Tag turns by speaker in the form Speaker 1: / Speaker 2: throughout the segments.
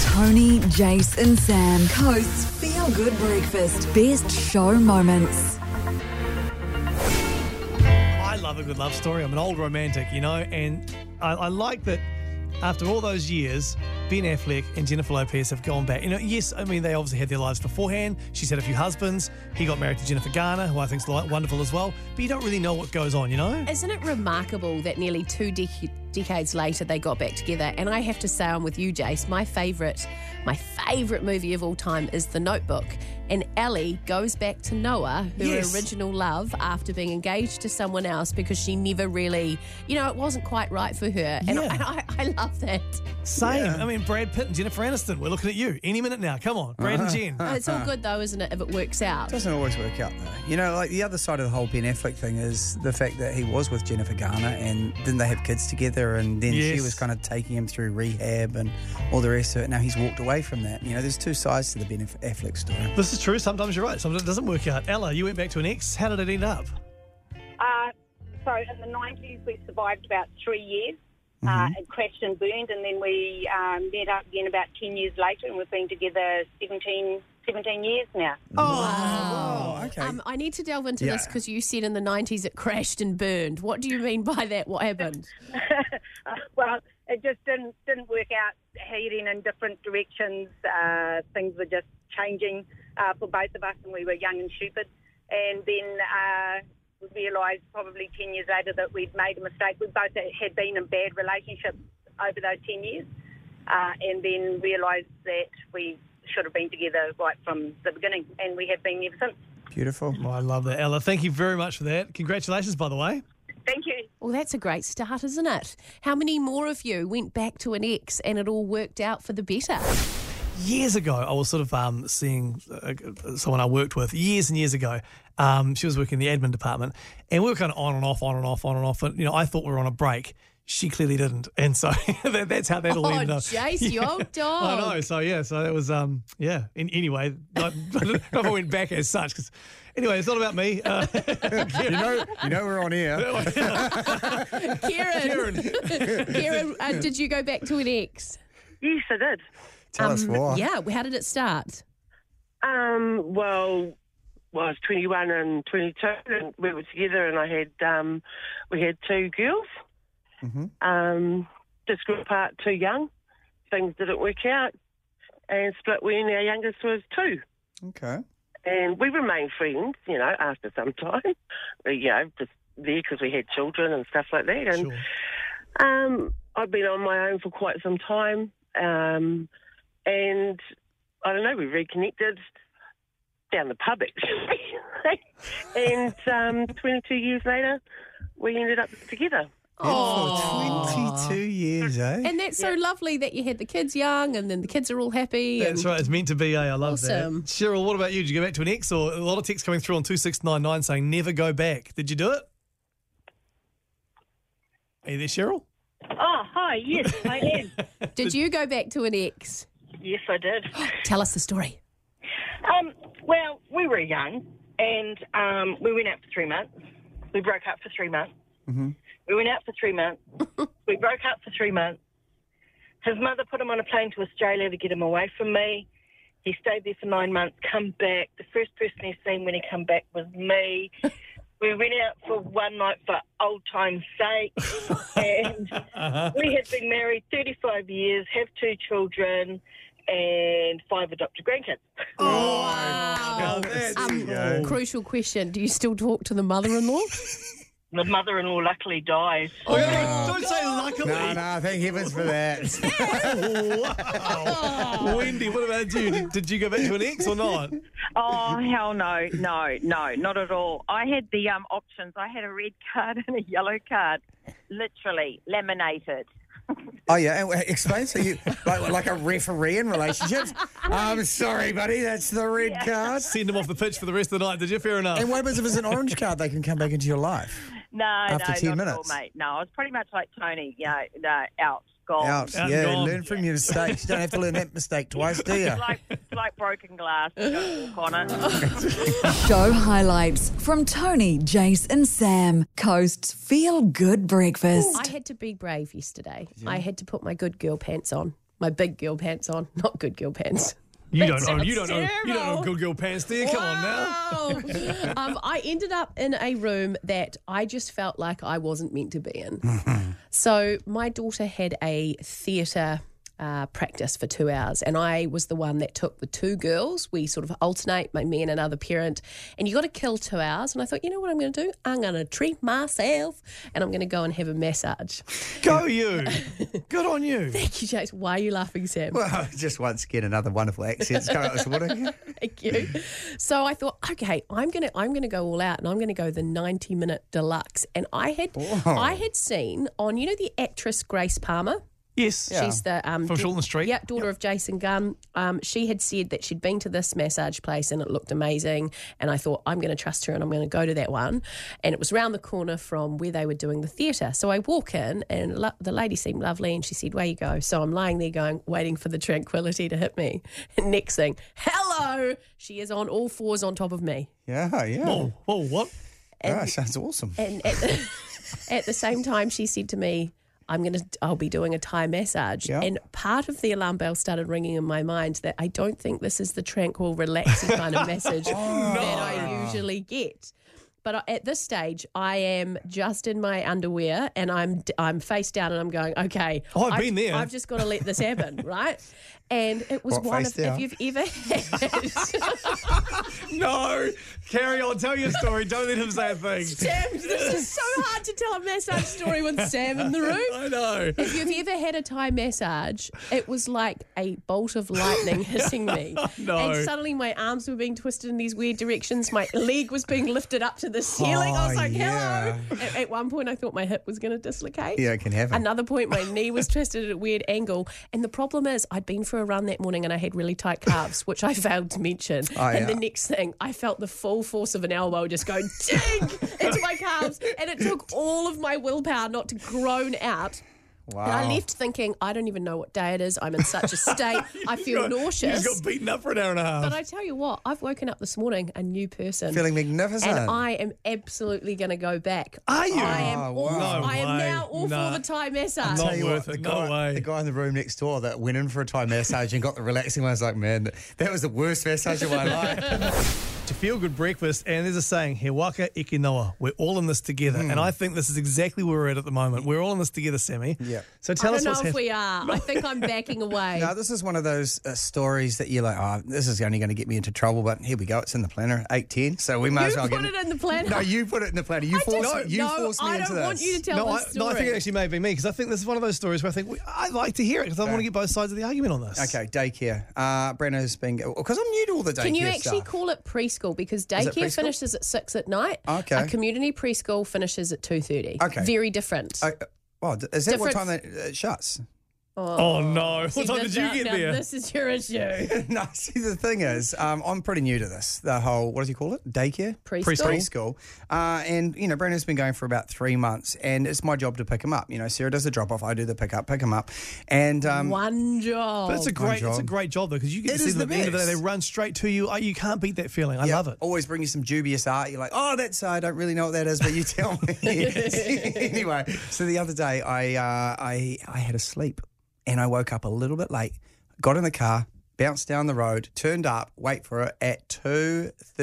Speaker 1: Tony, Jace, and Sam. Coast's Feel Good Breakfast. Best show moments.
Speaker 2: I love a good love story. I'm an old romantic, you know, and I, I like that after all those years, Ben Affleck and Jennifer Lopez have gone back. You know, yes, I mean, they obviously had their lives beforehand. She's had a few husbands. He got married to Jennifer Garner, who I think is wonderful as well. But you don't really know what goes on, you know?
Speaker 3: Isn't it remarkable that nearly two dec- decades later they got back together? And I have to say, I'm with you, Jace. My favourite, my favourite movie of all time is The Notebook. And Ellie goes back to Noah, her
Speaker 2: Yes.
Speaker 3: original love, after being engaged to someone else because she never really, you know, it wasn't quite right for her. And,
Speaker 2: Yeah.
Speaker 3: I, I, I love that.
Speaker 2: Same. I mean, Brad Pitt and Jennifer Aniston, we're looking at you any minute now. Come on, Brad and Jen.
Speaker 3: It's all good though, isn't it, if it works out?
Speaker 4: Doesn't always work out though. You know, like the other side of the whole Ben Affleck thing is the fact that he was with Jennifer Garner and didn't they have kids together and then she
Speaker 2: Yes.
Speaker 4: was kind of taking him through rehab and all the rest of it. Now he's walked away from that. You know, there's two sides to the Ben Aff- Affleck story.
Speaker 2: This is true. Sometimes you're right. Sometimes it doesn't work out. Ella, you went back to an ex. How did it end up?
Speaker 5: Uh, so in the 90s, we survived about three years uh, and crashed and burned, and then we um, met up again about 10 years later, and we've been together 17, 17 years now.
Speaker 4: Oh, okay.
Speaker 3: Um, I need to delve into
Speaker 4: Yeah.
Speaker 3: this because you said in the 90s it crashed and burned. What do you mean by that? What happened?
Speaker 5: Uh, well, it just didn't didn't work out heading in different directions. Uh, things were just changing uh, for both of us, and we were young and stupid. And then uh, we realised probably 10 years later that we'd made a mistake. We both had been in bad relationships over those 10 years, uh, and then realised that we should have been together right from the beginning, and we have been ever since.
Speaker 4: Beautiful.
Speaker 2: Oh, I love that, Ella. Thank you very much for that. Congratulations, by the way.
Speaker 5: Thank you.
Speaker 3: Well, that's a great start, isn't it? How many more of you went back to an ex and it all worked out for the better?
Speaker 2: years ago, I was sort of um, seeing uh, someone I worked with years and years ago. Um, she was working in the admin department, and we were kind of on and off, on and off, on and off. And you know, I thought we were on a break. She clearly didn't, and so that, that's how that all
Speaker 3: Oh,
Speaker 2: ended up.
Speaker 3: Jace, you old dog.
Speaker 2: I know. So yeah, so that was um, yeah. In, anyway, not, not if I went back as such. 'cause- anyway, it's not about me. Uh,
Speaker 4: you know, you know we're on air.
Speaker 3: Karen, Karen, uh, did you go back to an ex?
Speaker 6: Yes, I did.
Speaker 4: Tell us why.
Speaker 3: Um, Yeah, well, how did it start?
Speaker 6: Um, well, well, I was 21 and 22, and we were together, and I had um, we had two girls. Um, just grew apart too young. Things didn't work out, and split when our youngest was two.
Speaker 4: Okay.
Speaker 6: And we remained friends, you know, after some time. We, you know, just there because we had children and stuff like that. And
Speaker 2: sure.
Speaker 6: Um, I've been on my own for quite some time, um, and I don't know. We reconnected down the pub, actually, and um, 22 years later, we ended up together.
Speaker 4: Oh, 22 years, eh?
Speaker 3: And that's so lovely that you had the kids young and then the kids are all happy.
Speaker 2: That's
Speaker 3: and-
Speaker 2: right. It's meant to be. Eh? I love
Speaker 3: Awesome.
Speaker 2: that. Cheryl, what about you? Did you go back to an ex, or a lot of texts coming through on two six nine nine saying never go back? Did you do it? Are you there, Cheryl?
Speaker 5: Oh, hi. Yes, I am.
Speaker 3: Did you go back to an ex?
Speaker 5: yes, I did.
Speaker 3: Tell us the story.
Speaker 5: Um, well, we were young, and um, we went out for three months. We broke up for three months. We went out for three months. we broke up for three months. His mother put him on a plane to Australia to get him away from me. He stayed there for nine months. Come back. The first person he seen when he come back was me. we went out for one night for old time's sake, and
Speaker 2: Oh,
Speaker 5: we have been married 35 years, have two children, and five adopted grandkids.
Speaker 2: Oh,
Speaker 3: Wow.
Speaker 4: that's
Speaker 3: Um,
Speaker 4: good.
Speaker 3: crucial question. Do you still talk to the mother in law?
Speaker 5: The mother-in-law luckily died.
Speaker 2: Oh, don't say luckily.
Speaker 4: No, no, thank heavens for that.
Speaker 2: Wow. Wendy, what about you? Did, did you go back to an ex or not?
Speaker 7: Oh hell no, no, no, not at all. I had the um, options. I had a red card and a yellow card, literally laminated.
Speaker 4: Oh yeah, and w- explain so you like, like a referee in relationships. I'm sorry, buddy, that's the red card.
Speaker 2: Send him off the pitch for the rest of the night. Did you? Fair enough.
Speaker 4: And what happens if it's an orange card? They can come back into your life.
Speaker 7: No,
Speaker 4: After
Speaker 7: no,
Speaker 4: 10
Speaker 7: not
Speaker 4: minutes.
Speaker 7: at all, mate. No, I was pretty much like Tony. You know, no, out,
Speaker 3: Oh,
Speaker 7: gone.
Speaker 4: Out.
Speaker 2: Out,
Speaker 4: Yeah,
Speaker 2: gone.
Speaker 4: learn from your mistakes. You don't have to learn that mistake twice, do you?
Speaker 7: It's like it's like broken glass. You don't walk on it.
Speaker 1: Show highlights from Tony, Jace, and Sam. Coast's Feel Good Breakfast.
Speaker 3: I had to be brave yesterday. I had to put my good girl pants on. my big girl pants on, not good girl pants.
Speaker 2: You
Speaker 3: That
Speaker 2: don't own. You don't
Speaker 3: sounds
Speaker 2: own. You don't own
Speaker 3: terrible.
Speaker 2: good girl pants. There, come on now.
Speaker 3: Wow. um, I ended up in a room that I just felt like I wasn't meant to be in. so my daughter had a theatre. Uh, practice for two hours, and I was the one that took the two girls. We sort of alternate, my me and another parent, and you got to kill two hours. And I thought, you know what I'm going to do? I'm going to treat myself, and I'm going to go and have a massage.
Speaker 2: Go you. Good on you.
Speaker 3: Thank you, Jace. Why are you laughing, Sam?
Speaker 4: Well, just once again, another wonderful accent's come out this morning.
Speaker 3: Thank you. So I thought, okay, I'm gonna I'm gonna go all out, and I'm gonna go the 90 minute deluxe. And I had I had seen on you know the actress Grace Palmer.
Speaker 2: Yes.
Speaker 3: She's the um,
Speaker 2: From
Speaker 3: daugh-
Speaker 2: Shortland Street.
Speaker 3: Yeah, daughter of Jason Gunn. Um, she had said that she'd been to this massage place and it looked amazing. And I thought I'm going to trust her and I'm going to go to that one. And it was round the corner from where they were doing the theatre. So I walk in and lo- the lady seemed lovely and she said, "Where you go?" So I'm lying there going, waiting for the tranquility to hit me. And next thing, hello, she is on all fours on top of me.
Speaker 4: Yeah, yeah.
Speaker 2: Oh, oh, what?
Speaker 4: Ah, sounds awesome.
Speaker 3: And at the, at the same time, she said to me, "I'm gonna, I'll be doing a Thai massage."
Speaker 4: Yeah.
Speaker 3: And part of the alarm bell started ringing in my mind that I don't think this is the tranquil, relaxing kind of message
Speaker 2: Oh,
Speaker 3: that I usually get. But I- at this stage, I am just in my underwear and I'm I'm face down and I'm going, okay.
Speaker 2: Oh, I've been there.
Speaker 3: I've just got to let this happen, right? And it was
Speaker 4: What,
Speaker 3: one
Speaker 4: face
Speaker 3: of if
Speaker 4: down?
Speaker 3: you've ever had
Speaker 2: No. Carry on. Tell your story. Don't let him say a thing.
Speaker 3: Sam, this is so hard to tell a massage story with Sam in the room.
Speaker 2: I know.
Speaker 3: If you've ever had a Thai massage, it was like a bolt of lightning hitting me.
Speaker 2: No.
Speaker 3: And suddenly my arms were being twisted in these weird directions. My leg was being lifted up to the ceiling. I was
Speaker 4: Oh,
Speaker 3: like,
Speaker 4: yeah.
Speaker 3: hello. At, at one point, I thought my hip was going to dislocate.
Speaker 4: Yeah, it can happen.
Speaker 3: Another point, my knee was twisted at a weird angle. And the problem is, I'd been for a run that morning and I had really tight calves, which I failed to mention.
Speaker 4: Oh,
Speaker 3: and the
Speaker 4: yeah.
Speaker 3: next thing, I felt the full force of an elbow just go dig into my calves. And it took all of my willpower not to groan out.
Speaker 4: Wow.
Speaker 3: And I left thinking, I don't even know what day it is. I'm in such a state. I feel nauseous.
Speaker 2: You got beaten up for an hour and a half.
Speaker 3: but I tell you what, I've woken up this morning a new person.
Speaker 4: Feeling magnificent.
Speaker 3: and I am absolutely going to go back.
Speaker 2: Are you?
Speaker 3: I am
Speaker 4: Oh,
Speaker 3: all,
Speaker 4: wow.
Speaker 2: No
Speaker 3: I am
Speaker 2: way.
Speaker 3: now all
Speaker 2: Nah.
Speaker 3: for the Thai massage.
Speaker 2: Not
Speaker 4: Tell you
Speaker 2: worth
Speaker 4: what,
Speaker 2: it.
Speaker 4: the
Speaker 2: No
Speaker 4: guy,
Speaker 2: way.
Speaker 4: The guy in the room next door that went in for a Thai massage and got the relaxing one was like, man, that, that was the worst massage of my life.
Speaker 2: to feel good breakfast, and there's a saying, "He waka iki noa." We're all in this together, and I think this is exactly where we're at at the moment. We're all in this together, Sammy.
Speaker 4: Yeah.
Speaker 2: So
Speaker 3: I
Speaker 2: tell
Speaker 3: don't
Speaker 2: us
Speaker 3: know
Speaker 2: what's
Speaker 3: if
Speaker 2: happening.
Speaker 3: we are. I think I'm backing away.
Speaker 4: now, this is one of those uh, stories that you're like, oh, this is only going to get me into trouble, but here we go. It's in the planner, 810. So we might
Speaker 3: you
Speaker 4: as well
Speaker 3: put
Speaker 4: get
Speaker 3: it in the planner.
Speaker 4: No, you put it in the planner. You
Speaker 3: I
Speaker 4: forced,
Speaker 3: don't
Speaker 4: you
Speaker 3: know.
Speaker 4: forced me
Speaker 3: I
Speaker 4: into
Speaker 3: don't
Speaker 4: this.
Speaker 3: want you to tell
Speaker 2: No I,
Speaker 3: this story.
Speaker 2: no, I think it actually may be me because I think this is one of those stories where I think we, I like to hear it because I want to get both sides of the argument on this.
Speaker 4: Okay, daycare. Uh, Brenna's been because I'm new to all the daycare
Speaker 3: Can you actually
Speaker 4: stuff.
Speaker 3: call it preschool because
Speaker 4: it
Speaker 3: daycare
Speaker 4: preschool?
Speaker 3: finishes at six at night?
Speaker 4: Okay.
Speaker 3: A community preschool finishes at two thirty.
Speaker 4: Okay.
Speaker 3: Very different.
Speaker 4: Uh, well, d- is that what time
Speaker 3: Different-
Speaker 4: it uh, shuts?
Speaker 2: Oh no! What time
Speaker 3: See,
Speaker 2: did
Speaker 3: this-
Speaker 2: you
Speaker 3: now-
Speaker 2: get
Speaker 3: now
Speaker 2: there?
Speaker 3: This is your issue.
Speaker 4: no, see the thing is, um, I'm pretty new to this. The whole what do you call it? Daycare,
Speaker 3: Preschool.
Speaker 4: preschool. Uh, and you know, Brenna's been going for about three months, and it's my job to pick him up. You know, Sarah does the drop off, I do the pick up, pick him up, and um,
Speaker 3: One job.
Speaker 2: But it's a great, it's a
Speaker 4: job.
Speaker 2: great job though because you get
Speaker 4: It
Speaker 2: to see
Speaker 4: is
Speaker 2: them at the
Speaker 4: the
Speaker 2: Oh. end of the day. They
Speaker 4: best.
Speaker 2: run straight to you. I, you can't beat that feeling. I
Speaker 4: Yeah,
Speaker 2: love it.
Speaker 4: Always bring you some dubious art. You're like, oh, that's, I don't really know what that is, but you tell me. anyway, so the other day I, uh, I, I had a sleep and I woke up a little bit late, got in the car, bounced down the road, turned up, wait for it at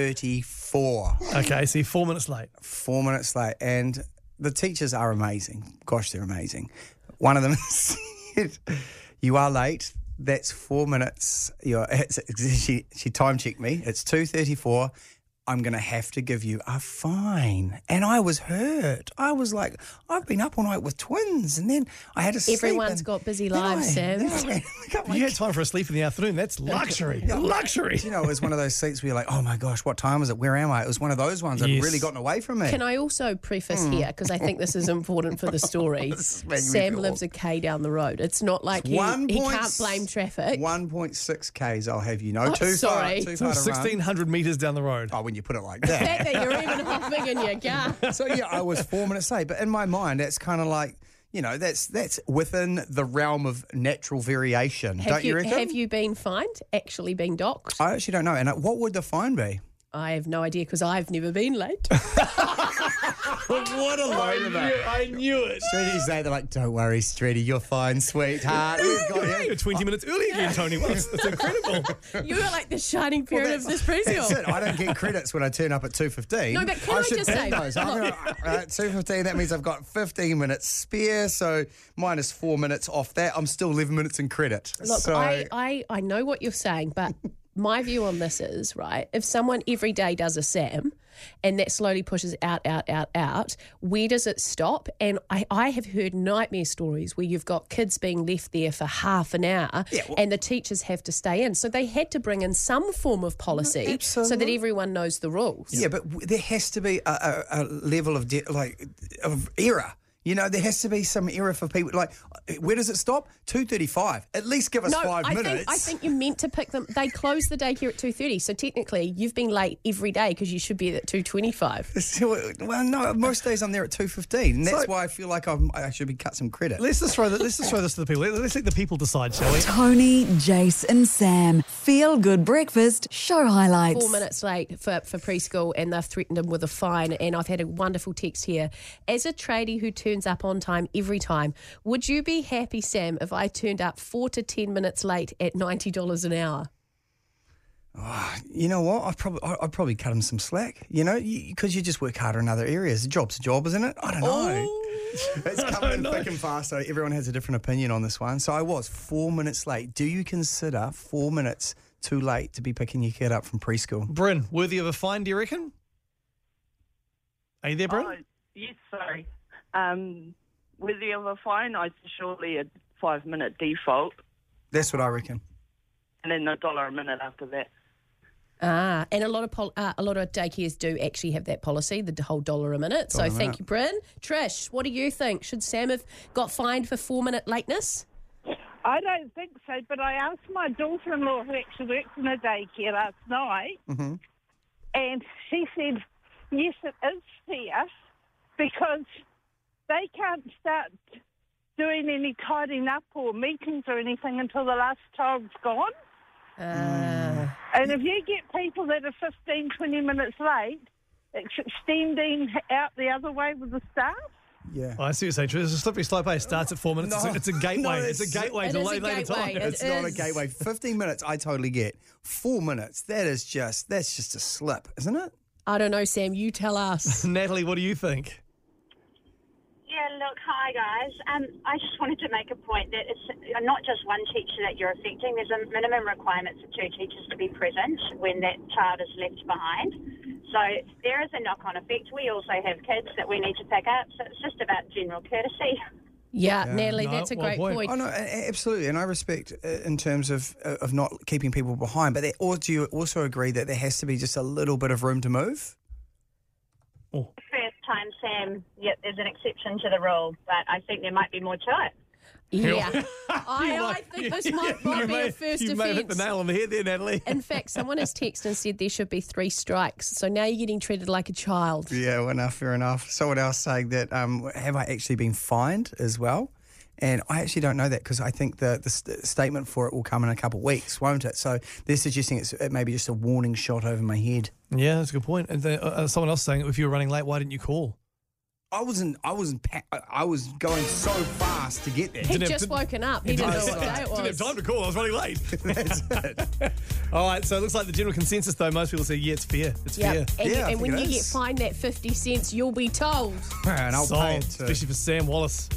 Speaker 4: 2.34,
Speaker 2: Okay, see, four minutes late.
Speaker 4: four minutes late. And the teachers are amazing. Gosh, they're amazing. One of them said, you are late. That's four minutes. You're, she, she time checked me. It's 2.34. I'm going to have to give you a fine. And I was hurt. I was like, I've been up all night with twins. And then I had to sleep.
Speaker 3: Everyone's
Speaker 4: and-
Speaker 3: got busy
Speaker 4: Then
Speaker 3: lives,
Speaker 4: I-
Speaker 3: Sam.
Speaker 4: then I went and got my
Speaker 2: You had time for a sleep in the afternoon. That's luxury. luxury.
Speaker 4: you know, it was one of those seats where you're like, oh my gosh, what time is it? Where am I? It was one of those ones that
Speaker 2: Yes.
Speaker 4: really gotten away from me.
Speaker 3: Can I also preface here because I think this is important for the story?
Speaker 4: Hmm. This is making me
Speaker 3: Sam
Speaker 4: feel
Speaker 3: lives a k down the road. It's not like he,
Speaker 4: One
Speaker 3: he
Speaker 4: point
Speaker 3: can't
Speaker 4: s-
Speaker 3: blame traffic.
Speaker 4: 1.6 Ks, I'll have you know.
Speaker 3: Oh,
Speaker 4: too
Speaker 3: sorry.
Speaker 4: far. Too
Speaker 2: So
Speaker 4: far to
Speaker 2: sixteen
Speaker 4: run.
Speaker 2: hundred meters down the road.
Speaker 4: Oh, when you put it like
Speaker 3: The
Speaker 4: that.
Speaker 3: fact that you're even huffing in your car.
Speaker 4: so yeah, I was four minutes late, but in my mind, that's kind of like you know, that's that's within the realm of natural variation,
Speaker 3: Have
Speaker 4: don't you, reckon?
Speaker 3: have you been fined? Actually, been docked?
Speaker 4: I actually don't know. And uh, what would the fine be?
Speaker 3: I have no idea because I've never been late.
Speaker 4: what a loner.
Speaker 2: I knew it.
Speaker 4: Streety's there. They're like, don't worry, Streety, you're fine, sweetheart. We've got
Speaker 2: Hey,
Speaker 4: you.
Speaker 2: you're 20 minutes early again, Tony. Well, that's, that's incredible.
Speaker 3: you are like the shining parent of this
Speaker 4: That's
Speaker 3: preschool.
Speaker 4: it. I don't get credits when I turn up at two fifteen.
Speaker 3: No, but can I
Speaker 4: should
Speaker 3: just
Speaker 4: earn
Speaker 3: say-
Speaker 4: those. I'm gonna- all right, two fifteen. That means I've got fifteen minutes spare, so minus four minutes off that, I'm still eleven minutes in credit.
Speaker 3: Look,
Speaker 4: so
Speaker 3: I, I, I know what you're saying, but my view on this is, right, if someone every day does a SAM and that slowly pushes out, out, out, out, where does it stop? And I, I have heard nightmare stories where you've got kids being left there for half an hour and the teachers have to stay in. So they had to bring in some form of policy so that everyone knows the rules.
Speaker 4: Mm, yeah, but w- there has to be a, a, a level of de- like of error. You know, there has to be some error for people. Like, where does it stop? Two thirty-five. At least give us five
Speaker 3: I
Speaker 4: minutes.
Speaker 3: Think, I think you meant to pick them. They close the daycare at two thirty, so technically you've been late every day because you should be there at two twenty-five.
Speaker 4: So, well, no, most days I'm there at two fifteen, and that's why I feel like I'm, I should be cut some credit.
Speaker 2: Let's just throw, the, let's just throw this to the people. Let- Let's let the people decide, shall we?
Speaker 1: Tony, Jace, and Sam. Feel Good Breakfast show highlights.
Speaker 3: Four minutes late for, for preschool, and they've threatened him with a fine. And I've had a wonderful text here. As a tradie who turns up on time every time, would you be happy, Sam, if I turned up four to ten minutes late at ninety dollars an hour?
Speaker 4: you know what? I probably I I'd probably cut him some slack. You know, because you, just work harder in other areas. A job's a job, isn't it? I don't
Speaker 3: Oh.
Speaker 4: know. It's coming in thick and fast, so everyone has a different opinion on this one. So I was four minutes late. Do you consider four minutes too late to be picking your kid up from preschool?
Speaker 2: Bryn, worthy of a fine, do you reckon? Are you there, Bryn?
Speaker 8: Oh, yes, sorry. Um, with the other fine, I surely a five minute default,
Speaker 4: That's what I reckon.
Speaker 8: and then a dollar a minute after that.
Speaker 3: Ah, and a lot of pol- uh, a lot of daycares do actually have that policy, the whole dollar a minute. so thank you, Bryn. Trish, what do you think? Should Sam have got fined for four minute lateness?
Speaker 9: I don't think so, but I asked my daughter in law, who actually works in a daycare, last night, and she said, yes, it is fair because they can't start doing any tidying up or meetings or anything until the last child's gone. And if you get people that are 15, 20 minutes late, it's extending out the other way with the staff.
Speaker 4: Yeah.
Speaker 2: Oh, I see what you're saying. Trish. It's a slippery slope. eh? It starts at four minutes.
Speaker 4: No.
Speaker 2: It's, a, it's a gateway.
Speaker 4: No,
Speaker 2: it's,
Speaker 4: it's-
Speaker 2: a gateway
Speaker 3: It
Speaker 2: to
Speaker 3: is a
Speaker 2: late, later
Speaker 3: gateway.
Speaker 2: time.
Speaker 3: It
Speaker 4: It's not a
Speaker 3: is.
Speaker 4: gateway. 15 minutes, I totally get. Four minutes, that is just, that's just a slip, isn't it?
Speaker 3: I don't know, Sam. You tell us.
Speaker 2: Natalie, what do you think?
Speaker 10: Yeah, look, hi guys. Um, I just wanted to make a point that it's uh, not just one teacher that you're affecting. There's a minimum requirement for two teachers to be present when that child is left behind. So there is a knock-on effect. We also have kids that we need to pick up, so it's just about general courtesy.
Speaker 3: yeah, Natalie,
Speaker 2: No,
Speaker 3: that's a
Speaker 2: well
Speaker 3: great
Speaker 2: point.
Speaker 3: point.
Speaker 4: Oh no, a- a- absolutely, and I respect uh, in terms of uh, of not keeping people behind. But they, or do you also agree that there has to be just a little bit of room to move?
Speaker 10: First time, Sam. Yep, there's an exception to the rule, but I think there might be more to it.
Speaker 3: Yeah, I,
Speaker 2: You
Speaker 3: I
Speaker 2: like-
Speaker 3: think this might, might
Speaker 2: You
Speaker 3: be
Speaker 2: may-
Speaker 3: a first
Speaker 2: You may have hit the
Speaker 3: offence.
Speaker 2: nail on the head there, Natalie.
Speaker 3: In fact, someone has texted and said there should be three strikes. So now you're getting treated like a child.
Speaker 4: Yeah, well, enough, fair enough. Someone else saying that um, have I actually been fined as well? And I actually don't know that because I think the, the st- statement for it will come in a couple of weeks, won't it? So they're suggesting it's it may be just a warning shot over my head.
Speaker 2: Yeah, that's a good point. And then, uh, uh, someone else saying, if you were running late, why didn't you call?
Speaker 4: I wasn't. I wasn't. Pa- I- I was going so fast to get there.
Speaker 3: He'd
Speaker 2: have
Speaker 3: just
Speaker 2: to-
Speaker 3: woken up. He didn't know
Speaker 4: have
Speaker 3: what
Speaker 4: time.
Speaker 3: day it
Speaker 2: Didn't have
Speaker 3: was.
Speaker 2: time to call. I was running late. All right, so it looks like the general consensus, though, most people say, yeah, it's fair. It's
Speaker 3: Yep.
Speaker 2: fair.
Speaker 3: And,
Speaker 4: Yeah,
Speaker 3: you-
Speaker 4: I
Speaker 3: and
Speaker 4: think
Speaker 3: when
Speaker 4: it
Speaker 3: you get
Speaker 4: is.
Speaker 3: fined that 50 cents, you'll be told.
Speaker 4: and I'll
Speaker 2: Sold,
Speaker 4: pay it too.
Speaker 2: especially for Sam Wallace.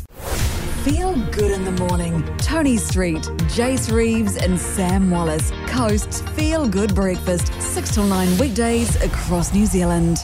Speaker 1: Feel good in the morning. Tony Street, Jace Reeves, and Sam Wallace. Coast's Feel Good Breakfast, 6 till 9 weekdays across New Zealand.